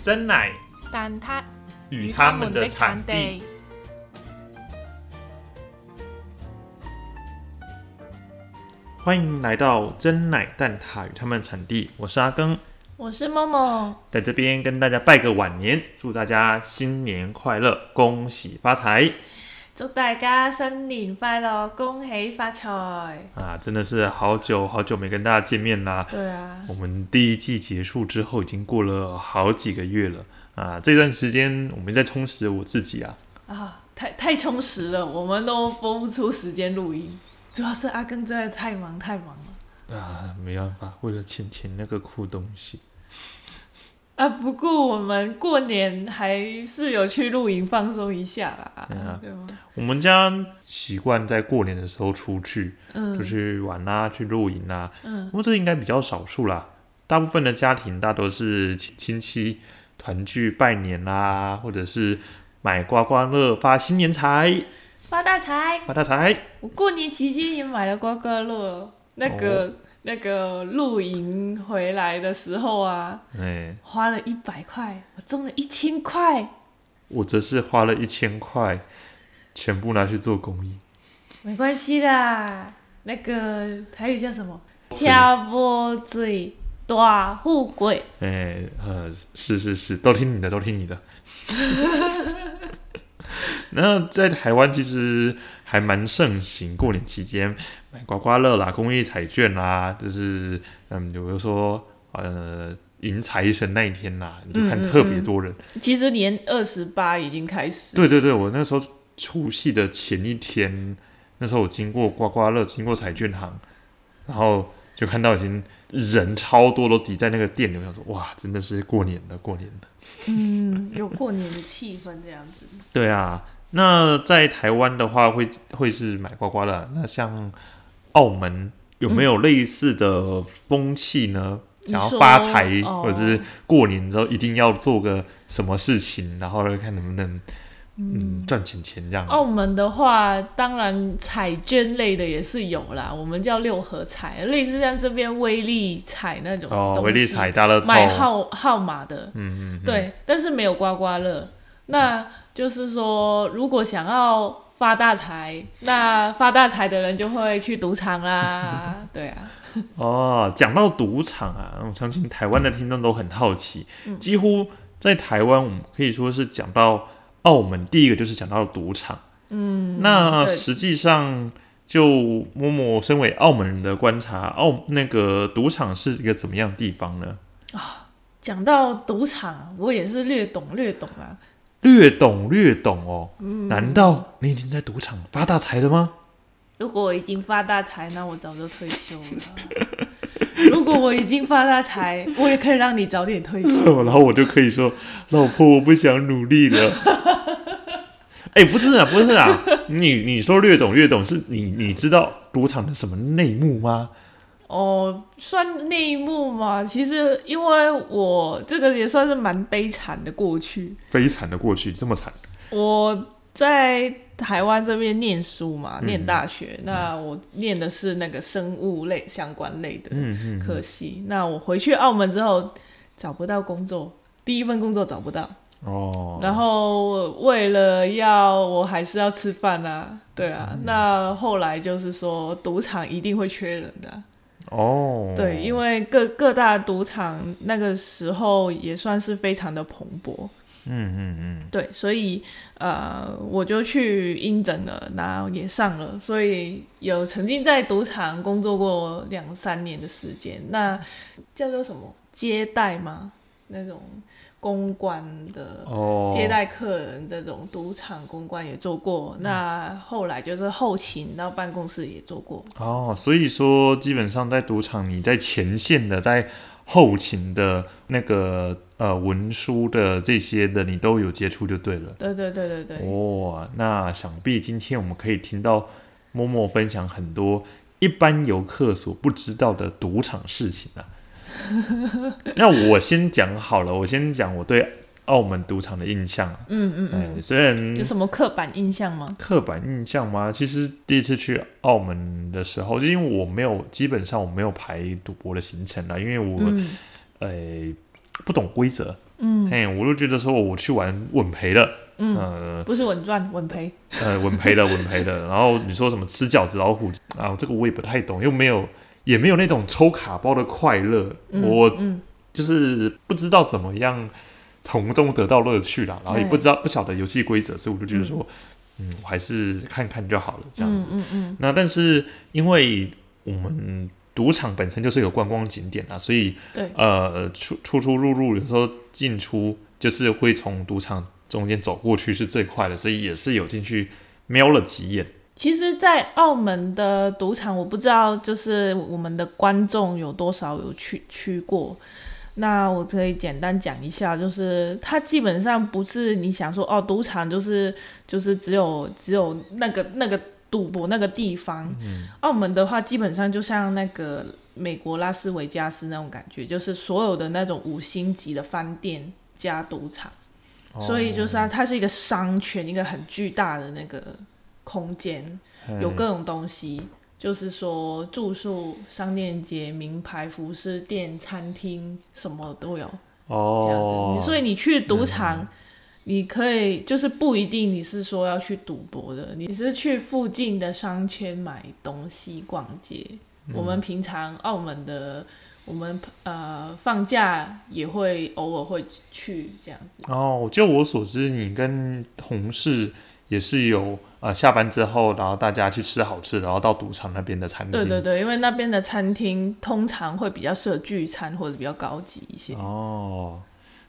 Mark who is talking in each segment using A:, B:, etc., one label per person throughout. A: 真乃
B: 但他
A: 与他们的产地。欢迎来到真奶蛋挞与他们的产地，我是阿庚，
B: 我是默默。
A: 在这边跟大家拜个晚年，祝大家新年快乐，恭喜发财
B: 祝大家新年快乐，恭喜发财！
A: 啊！真的是好久好久没跟大家见面啦。
B: 对啊，
A: 我们第一季结束之后，已经过了好几个月了啊！这段时间我们在充实我自己啊，
B: 啊，太太充实了，我们都拨不出时间录音。主要是阿根真的太忙太忙了
A: 啊，没办法，为了钱钱那个酷东西，
B: 啊！不过我们过年还是有去露营放松一下啦，
A: 嗯啊
B: 对吗？
A: 我们家习惯在过年的时候出去，就
B: 嗯
A: 去玩啊，去露营啊。
B: 嗯，
A: 不过这应该比较少数啦，大部分的家庭大多是亲亲戚团聚拜年啦、或者是买刮刮乐发新年财、
B: 发大财！
A: 发大财。
B: 我过年期间也买了刮刮乐，那个、
A: 哦
B: 那个露营回来的时候啊，
A: 哎，
B: 花了一百块，我中了一千块。
A: 我则是花了一千块，全部拿去做公益。
B: 没关系啦，那个台语叫什么？
A: 是
B: 掐波嘴大富贵。
A: 哎，呃，是是是，都听你的，都听你的。 那在台湾其实还蛮盛行，过年期间买刮刮乐啦、公益彩券啦，就是嗯，有的说呃迎财神那一天啦，你就看
B: 嗯嗯
A: 特别多人。
B: 其实年二十八已经开始，
A: 对对对，我那时候除夕的前一天，那时候我经过刮刮乐，经过彩券行，然后就看到已经人超多，都挤在那个店里，我想说哇，真的是过年了，过年了。
B: 嗯，有过年的气氛这样子。
A: 对啊，那在台湾的话会会是买刮刮乐，那像澳门有没有类似的风气呢？
B: 你
A: 想要
B: 说
A: 发财，
B: 哦
A: 或者是过年之后一定要做个什么事情，然后看能不能嗯赚钱钱这样。
B: 澳门的话，当然彩券类的也是有啦，我们叫六合彩，类似像这边威力彩那种
A: 哦
B: 东，西
A: 威力彩大乐透，
B: 买号号码的，
A: 嗯嗯，嗯，
B: 对，但是没有刮刮乐。那就是说，如果想要发大财，那发大财的人就会去赌 场啦。对啊，
A: 哦，讲到赌场啊，我相信台湾的听众都很好奇，几乎在台湾，我们可以说是讲到澳门，第一个就是讲到赌场。嗯，那
B: 对
A: 实际上就默默身为澳门人的观察，澳那个赌场是一个怎么样的地方呢？
B: 讲到赌场，我也是略懂略懂啦。
A: 略懂略懂哦，难道你已经在赌场发大财了吗？
B: 如果我已经发大财，那我早就退休了。 如果我已经发大财，我也可以让你早点退 休。
A: 然后我就可以说：“老婆，我不想努力了。” 哎、不是啊，不是啊， 你你说略懂略懂，是你你知道赌场的什么内幕吗？
B: 哦，算内幕嘛。其实因为我这个也算是蛮悲惨的过去。
A: 悲惨的过去，这么惨，
B: 我在台湾这边念书
A: 嗯
B: 嘛，念大学，那我念的是那个生物类相关类的
A: 嗯
B: 科系。那我回去澳门之后找不到工作，第一份工作找不到，
A: 嗯，哦，
B: 然后为了要我还是要吃饭啊，对啊，
A: 嗯
B: 那后来就是说赌场一定会缺人的啊、
A: 哦，
B: 对，因为各各大赌场那个时候也算是非常的蓬勃，
A: 嗯嗯嗯，
B: 对，所以呃，我就去应征了，然后也上了，所以有曾经在赌场工作过两三年的时间。那叫做什么接待吗？那种公关的。
A: 哦，
B: 接待客人这种赌场公关也做过，
A: 嗯
B: 那后来就是后勤到办公室也做过，
A: 哦，所以说基本上在赌场，你在前线的，在后勤的那个呃文书的这些的，你都有接触就对了。
B: 对对对对对，
A: 哦，那想必今天我们可以听到默默分享很多一般游客所不知道的赌场事情 啊。那我先讲好了，我先讲我对澳门赌场的印象。
B: 嗯嗯
A: 哎、
B: 嗯，
A: 虽然
B: 有什么刻板印象吗？
A: 刻板印象吗？其实第一次去澳门的时候，就啊因为我没有，基本上我没有排赌博的行程啦，因为我
B: 嗯
A: 呃，不懂规则，嗯，哎，我就觉得说我去玩稳赔了，嗯，呃
B: 不是稳赚稳赔，
A: 呃，稳赔的稳赔的。然后你说什么吃饺子老虎啊，这个我也不太懂，又没有也没有那种抽卡包的快乐，我
B: 嗯
A: 就是不知道怎么样从中得到乐趣啦，然后也
B: 对
A: 不知道不晓得游戏规则，所以我就觉得说，嗯，我还是看看就好了这样
B: 嗯
A: 子。
B: 嗯嗯，
A: 那但是因为我们赌场本身就是有观光景点啊，所以
B: 对，
A: 呃出出出入入有时候进出就是会从赌场中间走过去是最快的，所以也是有进去瞄了几眼。
B: 其实，在澳门的赌场，我不知道就是我们的观众有多少有去去过。那我可以简单讲一下，就是它基本上不是你想说哦，赌场就是就是只有只有那个那个赌博那个地方。澳门的话，基本上就像那个美国拉斯维加斯那种感觉，就是所有的那种五星级的饭店加赌场。所以就是它，它是一个商圈，一个很巨大的那个空间，有各种东西，就是说住宿、商店街、名牌服饰店、餐厅什么都有这样子。
A: 哦，
B: 所以你去赌场，你可以就是不一定你是说要去赌博的，你是去附近的商圈买东西、逛街。我们平常澳门的，我们呃放假也会偶尔会去这样子。
A: 哦，就我所知，你跟同事也是有呃下班之后，然后大家去吃好吃的，然后到赌场那边的餐厅。
B: 对对对，因为那边的餐厅通常会比较适合聚餐或者比较高级一些。
A: 哦，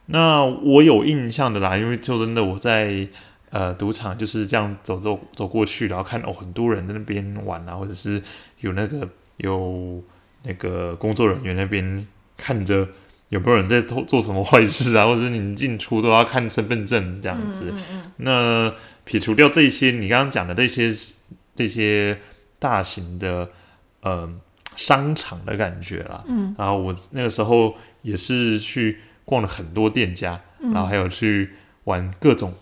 A: 那我有印象的啦，因为就真的我在呃赌场就是这样走走走过去，然后看哦很多人在那边玩啊，或者是有那个有那个工作人员那边看着有没有人在做做什么坏事啊，或 者是你进出都要看身份证这样子。那撇除掉这些，你刚刚讲的这些这些大型的呃商场的感觉啦，嗯，然后我那个时候也是去逛了很多店家，然后还有去玩各种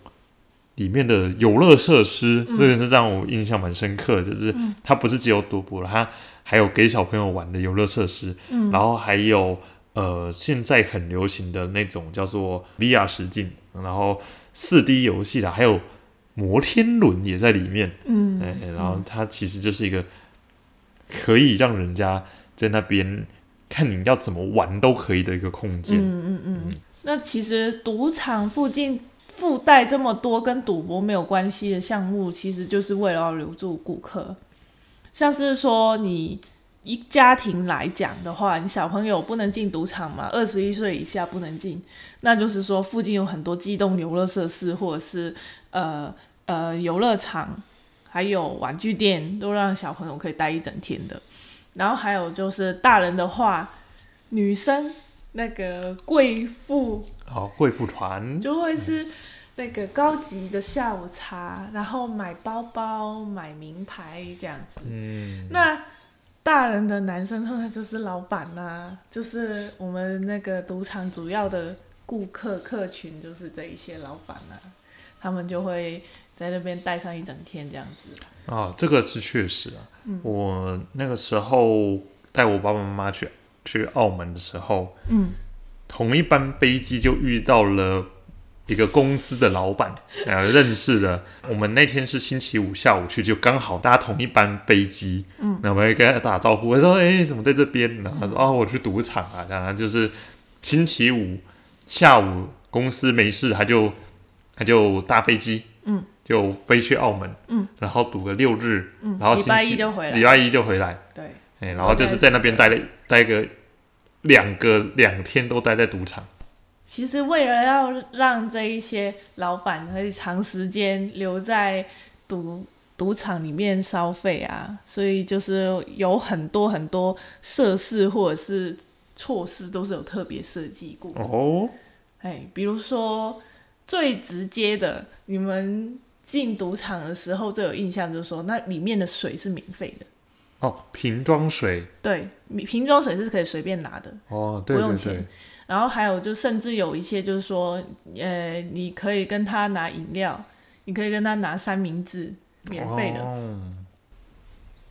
A: 里面的游乐设施，这个是让我印象蛮深刻的，就是它不是只有赌博了，它还有给小朋友玩的游乐设施，嗯，然后还有呃现在很流行的那种叫做 VR 实境，然后四 D 游戏啦，还有摩天轮也在里面，
B: 嗯
A: 哎、然后它其实就是一个可以让人家在那边看你要怎么玩都可以的一个空间。
B: 嗯嗯嗯。那其实赌场附近附带这么多跟赌博没有关系的项目，其实就是为了要留住顾客。像是说你一家庭来讲的话，你小朋友不能进赌场嘛，二十一岁以下不能进，那就是说附近有很多机动游乐设施或者是呃呃游乐场，还有玩具店，都让小朋友可以待一整天的。然后还有就是大人的话，女生那个贵妇
A: 好，贵妇团
B: 就会是那个高级的下午茶，然后买包包、买名牌这样子。
A: 嗯，
B: 那大人的男生通常就是老板啦、就是我们那个赌场主要的顾客客群就是这一些老板啦、他们就会在那边待上一整天这样子。
A: 啊，这个是确实啊。
B: 嗯
A: 我那个时候带我爸爸妈妈去去澳门的时候，
B: 嗯，
A: 同一班飞机就遇到了一个公司的老板， 呃，认识的。我们那天是星期五下午去，就刚好大家同一班飞机，嗯，那我也跟他打招呼，我说：“哎、怎么在这边？”然后他说：“哦，我去赌场啊。”然后就是星期五下午公司没事，他就他就搭飞机，
B: 嗯，
A: 就飞去澳门，
B: 嗯，
A: 然后赌个六日，嗯然后
B: 礼
A: 星
B: 拜
A: 期
B: 一就回来
A: 礼拜一就回来，
B: 对，
A: 哎、然后就是在那边待了待个两个两天，都待在赌场。
B: 其实为了要让这一些老板可以长时间留在赌赌场里面消费啊，所以就是有很多很多设施或者是措施都是有特别设计过。
A: 哦，
B: 哎，比如说最直接的，你们进赌场的时候最有印象就是说，那里面的水是免费的，
A: 哦，瓶装水，
B: 对，你瓶装水是可以随便拿的。
A: 哦，对
B: 不用
A: 对
B: 钱
A: 对，
B: 然后还有就甚至有一些就是说，呃，你可以跟他拿饮料，你可以跟他拿三明治，免费的。
A: 哦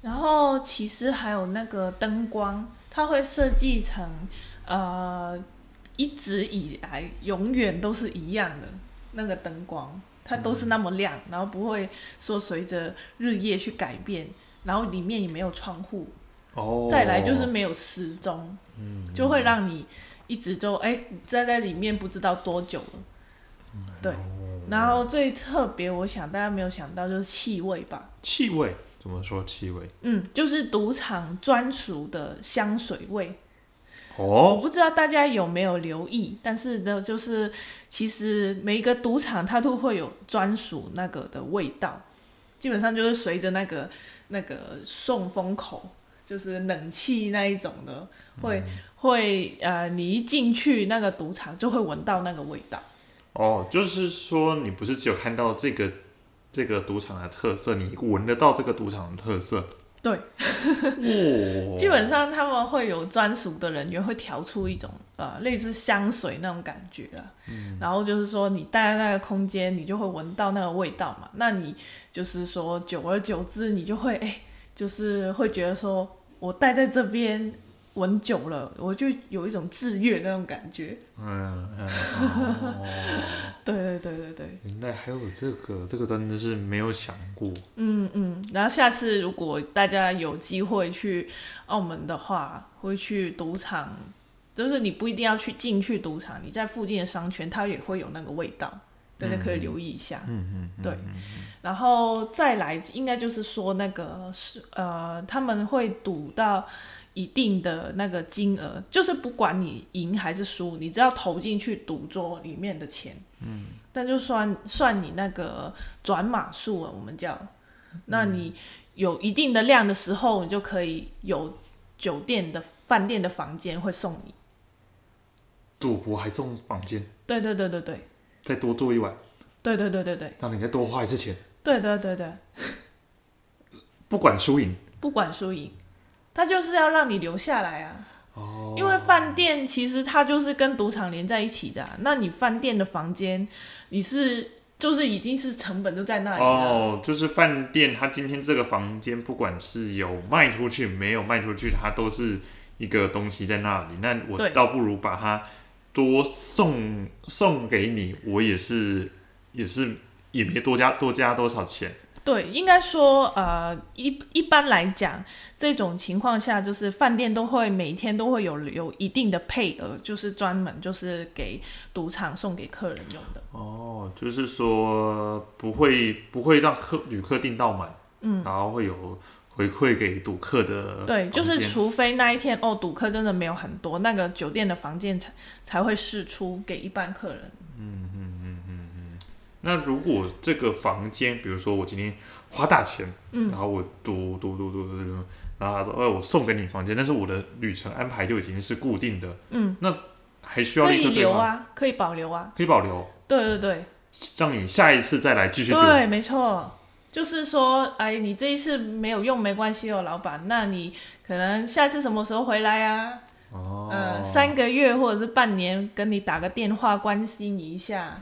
B: 然后其实还有那个灯光，它会设计成呃一直以来永远都是一样的那个灯光，它都是那么亮，然后不会说随着日夜去改变，然后里面也没有窗户，
A: 哦，
B: 再来就是没有时钟，就会让你一直就哎、站在里面不知道多久了。对，然后最特别，我想大家没有想到就是气味吧，
A: 气味怎么说？气味
B: 嗯，就是赌场专属的香水味。我
A: 哦，
B: 不知道大家有没有留意，但是呢，就是其实每一个赌场它都会有专属那个的味道，基本上就是随着那个那个送风口，就是冷气那一种的，会、会呃，你一进去那个赌场就会闻到那个味道。
A: 哦，就是说你不是只有看到这个这个赌场的特色，你闻得到这个赌场的特色。
B: 对，
A: 哦，
B: 基本上他们会有专属的人员会调出一种呃类似香水那种感觉啦，然后就是说你待在那个空间，你就会闻到那个味道嘛。那你就是说久而久之，你就会哎、就是会觉得说我待在这边闻久了，我就有一种制约那种感觉。
A: 嗯，嗯哦
B: 对对对对对，
A: 原来还有这个，这个真的是没有想过。
B: 嗯嗯。然后下次如果大家有机会去澳门的话，会去赌场，就是你不一定要去进去赌场，你在附近的商圈，它也会有那个味道，大家可以留意一下。
A: 嗯嗯，
B: 对，然后再来，应该就是说那个是呃，他们会赌到一定的那个金额，就是不管你赢还是输，你只要投进去赌桌里面的钱，嗯，那就算算你那个转码数啊，我们叫，那你有一定的量的时候，你就可以有酒店的饭店的房间会送你。
A: 赌博还送房间，
B: 对对对对对
A: 再多住一晚，
B: 对对对对对
A: 让你再多花一次钱，
B: 对对对对。
A: 不管输赢。
B: 不管输赢，他就是要让你留下来啊。哦，因为饭店其实它就是跟赌场连在一起的啊、那你饭店的房间，你是就是已经是成本就在那里了。
A: 哦，就是饭店，它今天这个房间，不管是有卖出去没有卖出去，它都是一个东西在那里。那我
B: 对
A: 倒不如把它多送送给你，我也是也是也别多加多加多少钱。
B: 对，应该说，呃，一一般来讲，这种情况下，就是饭店都会每天都会有有一定的配额，就是专门就是给赌场送给客人用的。
A: 哦，就是说不会不会让客旅客订到满，嗯，然后会有回馈给赌客的
B: 对，就
A: 呃房
B: 是
A: 间
B: 除非那一天哦，赌客真的没有很多，那个酒店的房间才才会释出给一般客人。
A: 那如果这个房间，比如说我今天花大钱，然后我赌赌赌赌赌赌，然后他说，哎，我送给你房间，但是我的旅程安排就已经是固定的，
B: 嗯，
A: 那还需要
B: 可
A: 立
B: 以
A: 刻对
B: 留
A: 吗？
B: 啊，可以保留啊。
A: 可以保留，
B: 对对对，
A: 让你下一次再来继续赌。
B: 对，没错，就是说，哎，你这一次没有用没关系哦，老板，那你可能下次什么时候回来啊？
A: 哦，
B: 呃，三个月或者是半年，跟你打个电话关心你一下，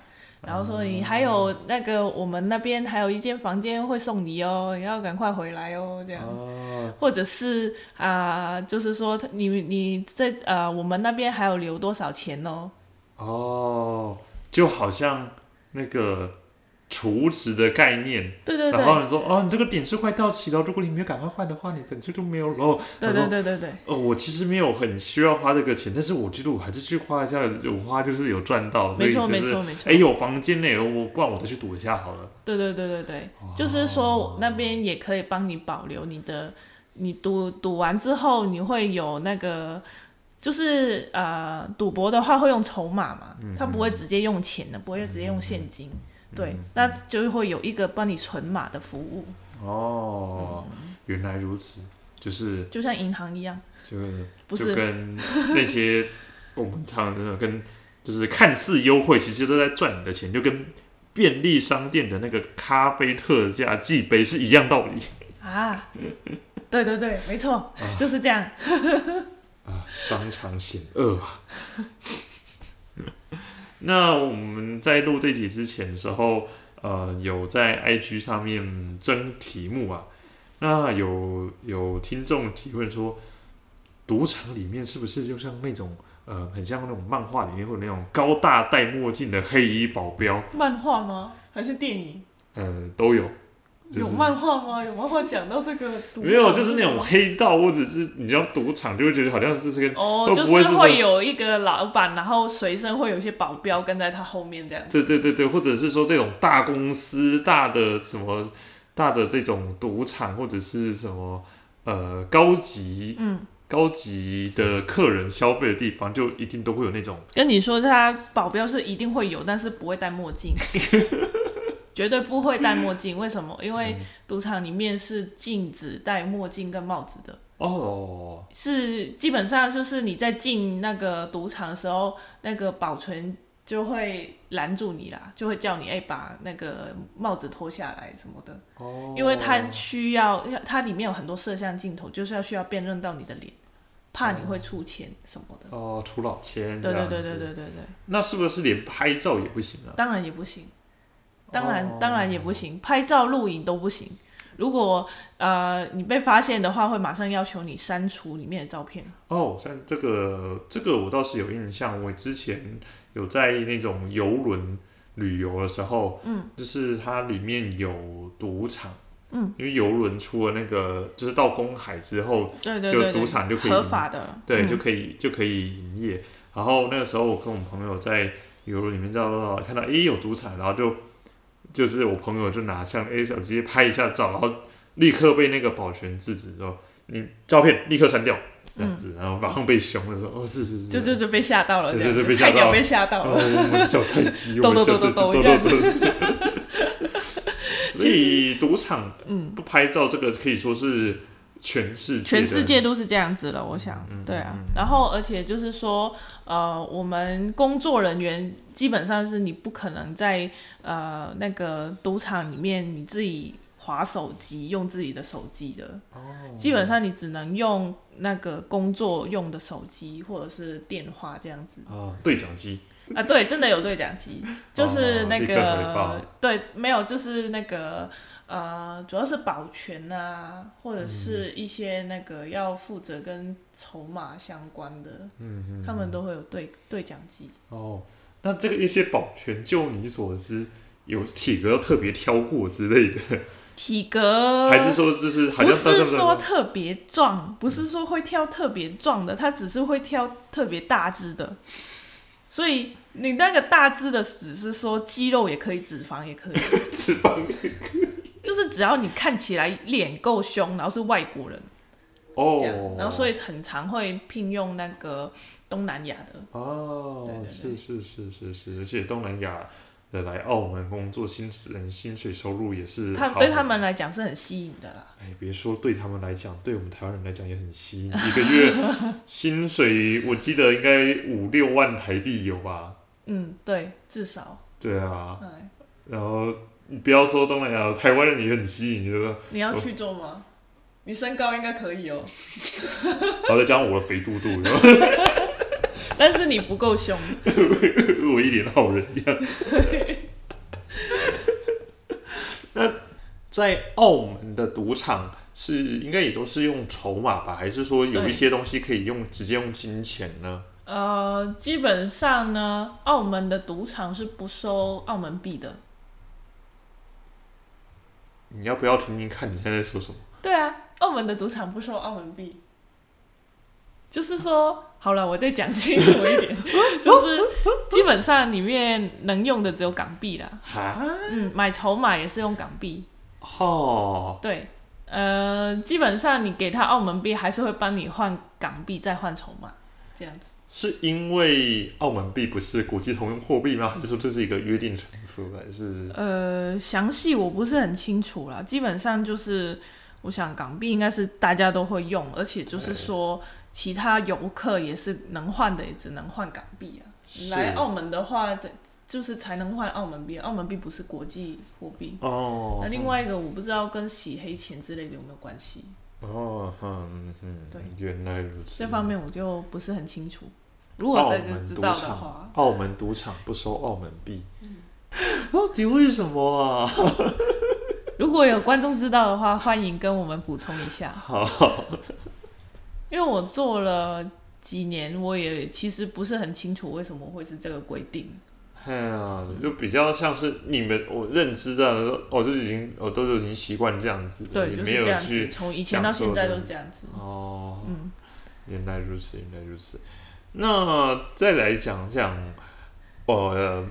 B: 然后说你还有那个我们那边还有一间房间会送你哦，你要赶快回来哦，这样。
A: 哦，
B: 或者是啊、就是说他你你在呃，我们那边还有留多少钱哦？
A: 哦，就好像那个储值的概念，
B: 对对
A: 然后
B: 对，
A: 你说，哦，你这个点数快到期了，如果你没有赶快换的话，你等就就没有喽。
B: 对
A: 他说
B: 对对对对，
A: 哦，我其实没有很需要花这个钱，但是我觉得我还是去花一下，有花就是有赚到，所
B: 没
A: 以
B: 错
A: 就
B: 没
A: 是
B: 错没错
A: 哎，，有房间呢，我不然我再去赌一下好了。
B: 对对对对对，
A: 哦
B: 就是说我那边也可以帮你保留你的，你赌赌完之后你会有那个。就是呃，赌博的话会用筹码嘛，
A: 嗯
B: 他不会直接用钱的，不会直接用现金，对，那就会有一个帮你存码的服务，
A: 哦，
B: 嗯
A: 原来如此，就是
B: 就像银行一样，
A: 就是
B: 不
A: 就是跟那些我们常那种跟就是看似优惠，其实都在赚你的钱，就跟便利商店的那个咖啡特价季杯是一样道理
B: 啊，对对 对，没错，就是这样。
A: 啊，商场险恶啊。 那我们在录这集之前的时候，呃，有在 IG 上面征题目啊。那有有听众提问说，赌场里面是不是就像那种呃，很像那种漫画里面会有那种高大戴墨镜的黑衣保镖，
B: 漫画吗？还是电影？
A: 呃，都有。就是
B: 有漫画吗？有漫画讲到这个赌场？
A: 没有，就是那种黑道或者是你知道赌场，就会觉得好像是这个，
B: 哦，
A: 会
B: 就
A: 不会是
B: 是
A: 什么
B: 会有一个老板，然后随身会有一些保镖跟在他后面这样。
A: 对对对对，或者是说这种大公司、大的什么、大的这种赌场或者是什么呃高级
B: 嗯，
A: 高级的客人消费的地方，就一定都会有那种
B: 跟你说，他保镖是一定会有，但是不会戴 墨镜，绝对不会戴墨镜。为什么？因为赌场里面是禁止戴墨镜跟帽子的。
A: 哦，
B: 是基本上就是你在进那个赌场的时候，那个保全就会拦住你啦，就会叫你哎、把那个帽子脱下来什么的，
A: 哦
B: 因为它需要它里面有很多摄像镜头，就是要需要辨认到你的脸，怕你会出钱什么的。
A: 哦出老千这
B: 对
A: 样
B: 对
A: 子，
B: 对对对对对，
A: 那是不是连拍照也不行啊？
B: 当然也不行，当然、
A: 哦
B: 当然也不行，拍照录影都不行。如果呃你被发现的话，会马上要求你删除里面的照片。
A: 哦，像这个这个我倒是有印象，我之前有在那种游轮旅游的时候，
B: 嗯，
A: 就是它里面有赌场，
B: 嗯，
A: 因为游轮出了那个就是到公海之后，
B: 对对对
A: 就
B: 对，
A: 赌场就可以
B: 合法的，
A: 对，
B: 嗯
A: 就可以就可以营业。然后那个时候我跟我朋友在游轮里面照到看到，诶有赌场，然后就就是我朋友就拿相机，诶手机拍一下照，然后立刻被那个保全制止说，你照片立刻删掉。这样子，然后马上被凶了，说哦是是是，
B: 嗯就就就被吓到了，
A: 对
B: 这样
A: 就是被吓
B: 菜
A: 到了
B: 鸟被吓到了。
A: 哦，我们小菜鸡，我
B: 抖
A: 们
B: 抖
A: 小
B: 抖
A: 菜
B: 抖
A: 鸡，抖
B: 抖这样
A: 抖抖。 所以赌场
B: 嗯，
A: 不拍照，这个可以说是全世界的嗯
B: 全世界都是这样子了，我想，对啊。然后，而且就是说，呃，我们工作人员基本上是你不可能在呃那个赌场里面你自己划手机，用自己的手机的，
A: 哦
B: 基本上你只能用那个工作用的手机或者是电话这样子。
A: 啊对讲机
B: 啊，对，真的有对 讲机，就是那
A: 哦立刻回报
B: 个对，没有，就是那个呃，主要是保全啊，或
A: 嗯
B: 者是一些那个要负责跟筹码相关的，
A: 嗯
B: 他们都会有对对讲机。
A: 哦，那这个一些保全，就你所知，有体格特别挑过之类的，
B: 体格
A: 还是说就是好像
B: 不是
A: 到时
B: 说
A: 候
B: 特别壮，
A: 嗯
B: 不是说会挑特别壮的，他只是会挑特别大只的，所以。你那个大只的，只是说肌肉也可以，脂肪也可以，
A: 脂肪
B: 就是只要你看起来脸够凶，然后是外国人，这样
A: 哦，
B: 然后所
A: 以
B: 以很常会聘用那个东南亚的，
A: 哦
B: 对对，
A: 是
B: 对
A: 是是是是，而且东南亚的来澳门工作，薪人薪水收入也是
B: 他
A: 嗯好
B: 对
A: 的
B: 他们来讲是很吸引的啦。
A: 哎，别说对他们来讲，对我们台湾人来讲也很吸引。一个月薪水，我记得应该五六万台币有吧？
B: 嗯，对，至少，
A: 对啊，
B: 哎，
A: 然后你不要说东南亚，台湾人也很吸引，就是
B: 你要去做吗？你身高应该可以哦，
A: 然后再加上我的肥嘟 嘟，然后
B: 但是你不够凶。
A: 我一脸好人一样。 那在澳门的赌场是应该也都是用筹码吧？还是说有一
B: 对
A: 些东西可以用直接用金钱呢？
B: 呃，基本上呢，澳门的赌场是不收澳门币的。
A: 你要不要听听看你现在在说什么？
B: 对啊，澳门的赌场不收澳门币。就是说，好了，我再讲清楚一点，就是基本上里面能用的只有港币啦。
A: 哈？
B: 嗯，买筹码也是用港币，
A: 哦，
B: 对，呃，基本上你给他澳门币，还是会帮你换港币再换筹码，这样子。
A: 是因为澳门币不是国际通用货币吗？还是说这是一个约定成俗的？还是
B: 呃，详细我不是很清楚啦，基本上就是，我想港币应该是大家都会用，而且就是说，其他游客也是能换的，也只能换港币啊。
A: 是
B: 来澳门的话，这就是才能换澳门币，澳门币不是国际货币。
A: 哦，
B: 那另外一个我不知道跟洗黑钱之类的有没有关系，
A: 哦，嗯嗯，
B: 对
A: 原来如此。
B: 这方面我就不是很清楚。如果在这知道的话，
A: 澳门赌场不收澳门币，到底为什么啊？
B: 如果有观众知道 的话，欢迎跟我们补充一下。
A: 好，
B: 因为我做了几年，我也其实不是很清楚为什么会是这个规定。
A: 哎呀，就比较像是你们我认知这样的，我、哦、就已经我都已经习惯这样子了，
B: 对，
A: 也
B: 就是
A: 没
B: 这
A: 有
B: 样
A: 去
B: 子，从以前到现在都是这样子。
A: 哦，
B: 嗯，
A: 原来如此，原来如此。那再来讲讲，呃，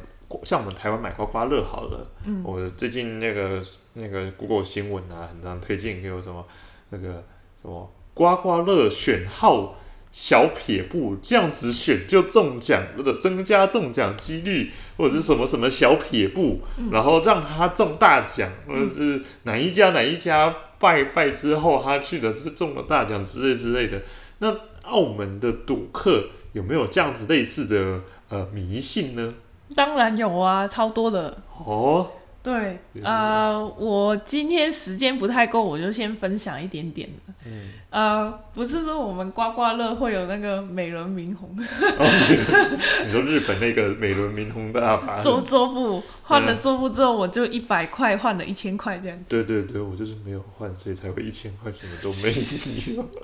A: 像我们台湾买刮刮乐好了，
B: 嗯
A: 我最近那个那个 Google 新闻啊，很常推荐给我什么那个什么刮刮乐选号小撇步，这样子选就中奖，或者增加中奖几率，或者是什么什么小撇步，然后让他中大奖，或者是哪一家哪一家拜拜之后他去的是中了大奖之类之类的。那澳门的赌客有没有这样子类似的呃迷信呢？
B: 当然有啊，超多的。
A: 哦，
B: 对，
A: 原
B: 呃，我今天时间不太够，我就先分享一点点了。
A: 嗯，
B: 呃，不是说我们刮刮乐会有那个美轮明宏，
A: 哦 你说日本那个美轮明宏大法，
B: 桌桌布换了
A: 啊嗯
B: 桌布之后，我就一百块换了一千块这样。
A: 对对对，我就是没有换，所以才会一千块什么都没有。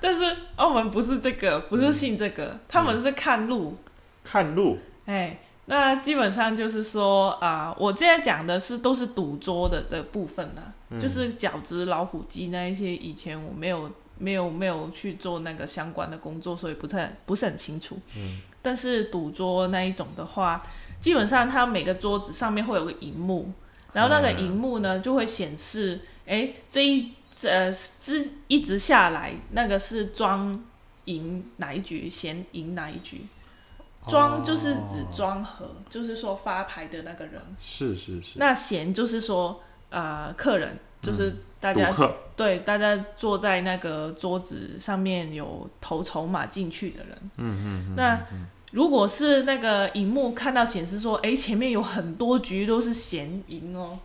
B: 但是澳门不是这个，不是信这个，
A: 嗯
B: 他们是看路。
A: 看路，
B: 哎、那基本上就是说啊、我现在讲的是都是赌桌的的部分啦，就是饺子、老虎机那一些，以前我没有没有没有去做那个相关的工作，所以不太不是很清楚。
A: 嗯，
B: 但是赌桌那一种的话，基本上它每个桌子上面会有个荧幕，然后那个
A: 嗯
B: 荧幕呢就会显示，哎、这一呃之一直下来，那个是庄赢哪一局，闲赢哪一局。庄就是指
A: 哦
B: 庄和，就是说发牌的那个人。
A: 是是是，
B: 那闲就是说呃客人，就是大
A: 赌
B: 家、
A: 客
B: 对大家坐在那个桌子上面有投筹码进去的人。嗯嗯。那如果是那个荧幕看到显示说，哎、前面有很多局都是闲赢哦，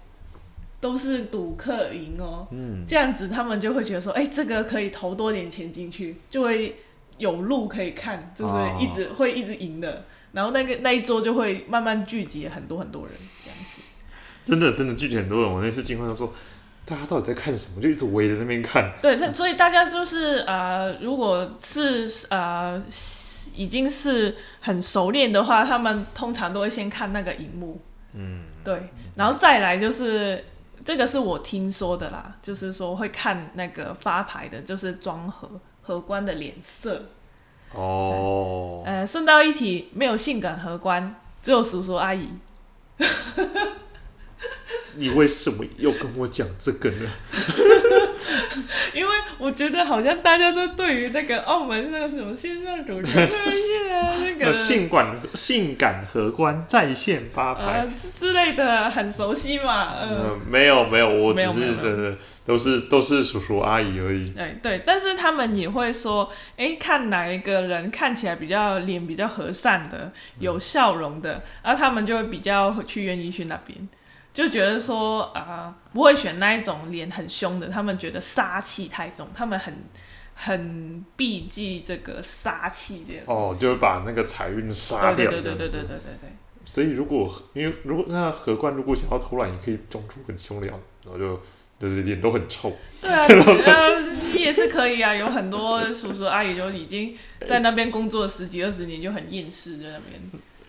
B: 都是赌客赢哦，
A: 嗯，
B: 这样子他们就会觉得说，哎、这个可以投多点钱进去，就会有路可以看，就是
A: 哦
B: 一直、会一直赢的。然后那个那一桌就会慢慢聚集很多很多人这样子。
A: 真的真的具体很多人，我那次经过就说，大家到底在看什么？就一直围着那边看。
B: 对，那所以大家就是呃，如果是呃已经是很熟练的话，他们通常都会先看那个荧幕，
A: 嗯，
B: 对，然后再来就是这个是我听说的啦，就是说会看那个发牌的，就是装荷荷官的脸色。
A: 哦，
B: 呃，顺道一提，没有性感荷官，只有叔叔阿姨。
A: 你为什么要跟我讲这个呢？
B: 因为我觉得好像大家都对于那个澳门那个什么线上 主持热线啊，那
A: 呃
B: 个
A: 性感性感荷官在线发牌
B: 呃，之之类的很熟悉嘛，嗯、
A: 嗯，没有没有，我只
B: 没有没有
A: 是
B: 没有
A: 真的都是都是叔叔阿姨而已。
B: 对对，但是他们也会说，哎，看哪一个人看起来比较脸比较和善的，有笑容的，然后他们就会比较去愿意去那边，就觉得说啊、不会选那一种脸很凶的，他们觉得杀气太重，他们很很避忌这个杀气这样。
A: 哦，就是把那个财运杀
B: 对
A: 掉，
B: 对对
A: 这样
B: 对对对
A: 子。
B: 对对对，
A: 所以如果因为如果那荷官如果想要偷懒，也可以装出很凶的样子，然后就就是脸都很臭。
B: 对啊，呃，你也是可以啊，有很多叔叔阿姨就已经在那边工作十几二十年，就很厌世在那边。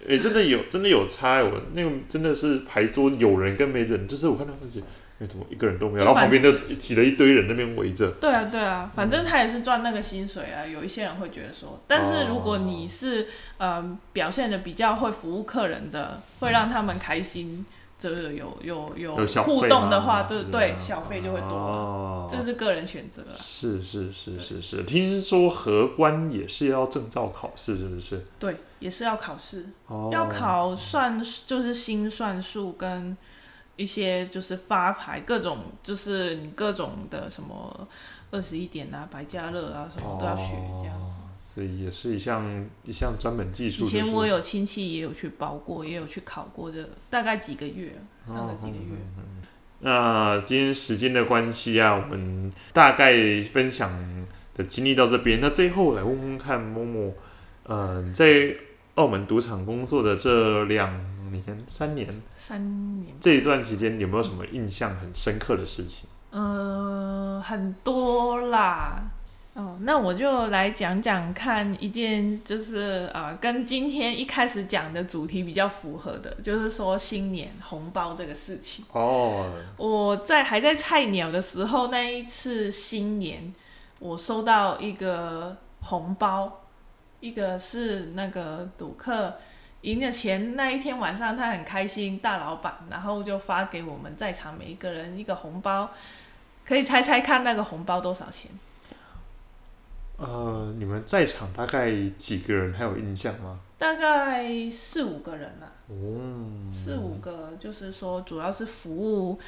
A: 诶、真的有真的有差、我那个真的是牌桌有人跟没人，就是我看到那些，哎，怎么一个人都没有，
B: 就
A: 然后旁
B: 反
A: 边就挤了一堆人那边围着。
B: 对啊，对啊，反正他也是赚那个薪水啊。有一些人会觉得说，但是如果你是呃表现的比较会服务客人的，会让他们开心，就是有有有
A: 有小费
B: 互动的
A: 吗
B: 话，对
A: 是
B: 对
A: 啊，
B: 小费就会多，
A: 哦，
B: 这是个人选择啊。
A: 是是是是是，听说荷官也是要证照考试，是不是？
B: 对，也是要考试。
A: 哦，
B: 要考算就是心算术跟一些就是发牌各种就是你各种的什么二十一点啊、百家乐啊什么都要学这样子。
A: 所以也是一项一项专门技术。
B: 以前
A: 就是
B: 我有亲戚也有去包过，也有去考过这个，大概几个月，
A: 哦
B: 大概几个月。
A: 那今天时间的关系啊，我们大概分享的经历到这边。那最后来问问看默默，嗯、在澳门赌场工作的这两年、三年
B: 三年，
A: 这一段期间，有没有什么印象很深刻的事情？
B: 呃，很多啦。哦，那我就来讲讲看一件，就是啊、呃跟今天一开始讲的主题比较符合的，就是说新年红包这个事情。
A: 哦，
B: 我在还在菜鸟的时候，那一次新年，我收到一个红包，一个是那个赌客赢了钱那一天晚上，他很开心，大老板，然后就发给我们在场每一个人一个红包，可以猜猜看那个红包多少钱？
A: 呃，你们在场大概几个人还有印象吗？
B: 大概四五个人啦、
A: 哦，
B: 四五个，就是说主要是服务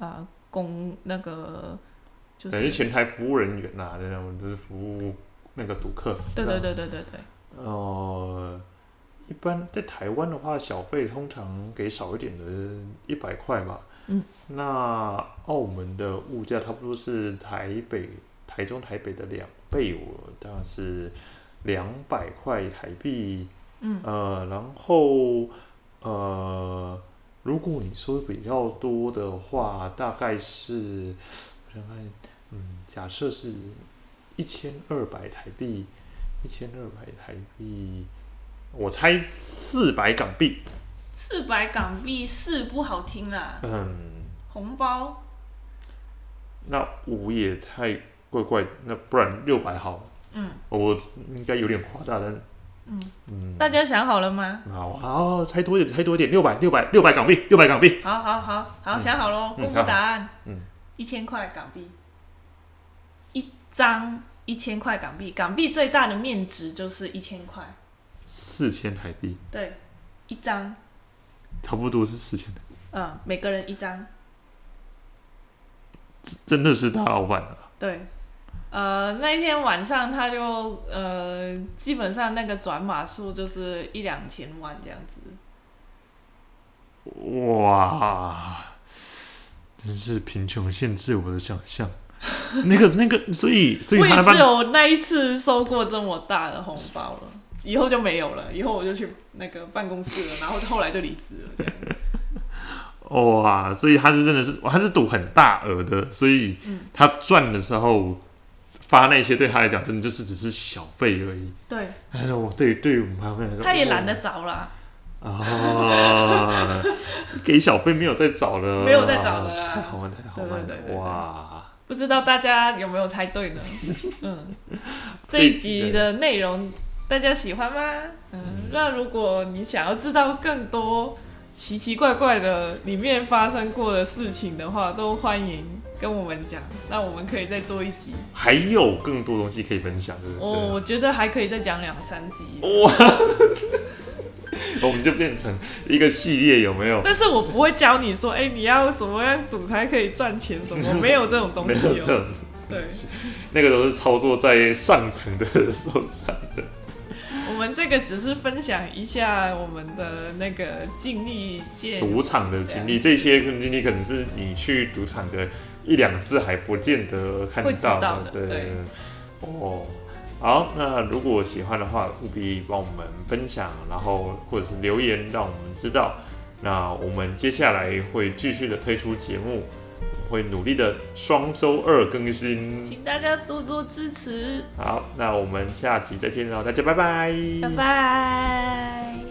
B: 啊、呃公那个就
A: 等于
B: 是
A: 前台服务人员呐、啊，那我们就是服务那个赌客。
B: 对对对对对对。
A: 呃，一般在台湾的话，小费通常给少一点的，一百块嘛。
B: 嗯。
A: 那澳门的物价差不多是台北、台中、台北的两倍，我当然是两百块台币。
B: 嗯。
A: 呃，然后呃，如果你说比较多的话，大概是我想看，嗯，假设是一千二百台币。一千二百台币，我猜四百港币。
B: 四百港币四不好听啦，
A: 嗯，
B: 红包
A: 那五也太怪怪，那不然六百好。
B: 嗯，
A: 我应该有点夸大，但
B: 嗯
A: 嗯，
B: 大家想好了吗？
A: 好好猜多一点，猜多一点，六百六百六百港币，六百港币。
B: 好好好好，
A: 嗯
B: 想好喽，
A: 嗯
B: 公布答案。
A: 嗯，
B: 一千块港币，一张一千块港币，港币最大的面值就是一千块，
A: 四千台币，
B: 对，一张，
A: 差不多是四千台币，
B: 嗯，每个人一张。
A: 真的是大老板啊！
B: 对，呃，那一天晚上他就呃，基本上那个转码数就是一两千万这样子。
A: 哇，真是贫穷限制我的想象。那个那个，所以所以
B: 我
A: 他
B: 也
A: 那班
B: 只有那一次收过这么大的红包了，以后就没有了。以后我就去那个办公室了，然后后来就离职了。这样
A: 哇，所以他是真的是，他是赌很大额的，所以
B: 嗯
A: 他赚的时候发那些对他来讲，真的就是只是小费而已。
B: 对，
A: 但是我对对于我们旁边来说，哦
B: 他也懒得找啦，
A: 啊，给小费没有再找了，
B: 没有再找了啦
A: 太好玩，太好玩了，
B: 对对对对
A: 哇！
B: 不知道大家有没有猜 对呢？嗯，这
A: 这
B: 一
A: 一集
B: 集的内容大家喜欢吗？嗯，那如果你想要知道更多奇奇怪怪的里面发生过的事情的话，都欢迎跟我们讲，那我们可以再做一集。
A: 还有更多东西可以分享，对不对？
B: 哦，我觉得还可以再讲两三集，
A: 哇，我们就变成一个系列，有没有？
B: 但是我不会教你说，哎、你要怎么样赌才可以赚钱什么，没有这种 东
A: 没
B: 西
A: 有这
B: 哦、
A: 种，
B: 对，
A: 那个都是操作在上层的手上的。
B: 我们这个只是分享一下我们的那个尽力见
A: 赌场的经
B: 啊
A: 历，这些经历可能是你去赌场的一两次还不见得看
B: 会知
A: 到
B: 道
A: 的
B: 的，
A: 对
B: 对
A: 哦。好，那如果喜欢的话，务必帮我们分享，然后或者是留言让我们知道。那我们接下来会继续的推出节目，会努力的双周二更新。
B: 请大家多多支持，
A: 好，那我们下集再见喽，大家拜拜
B: 拜拜。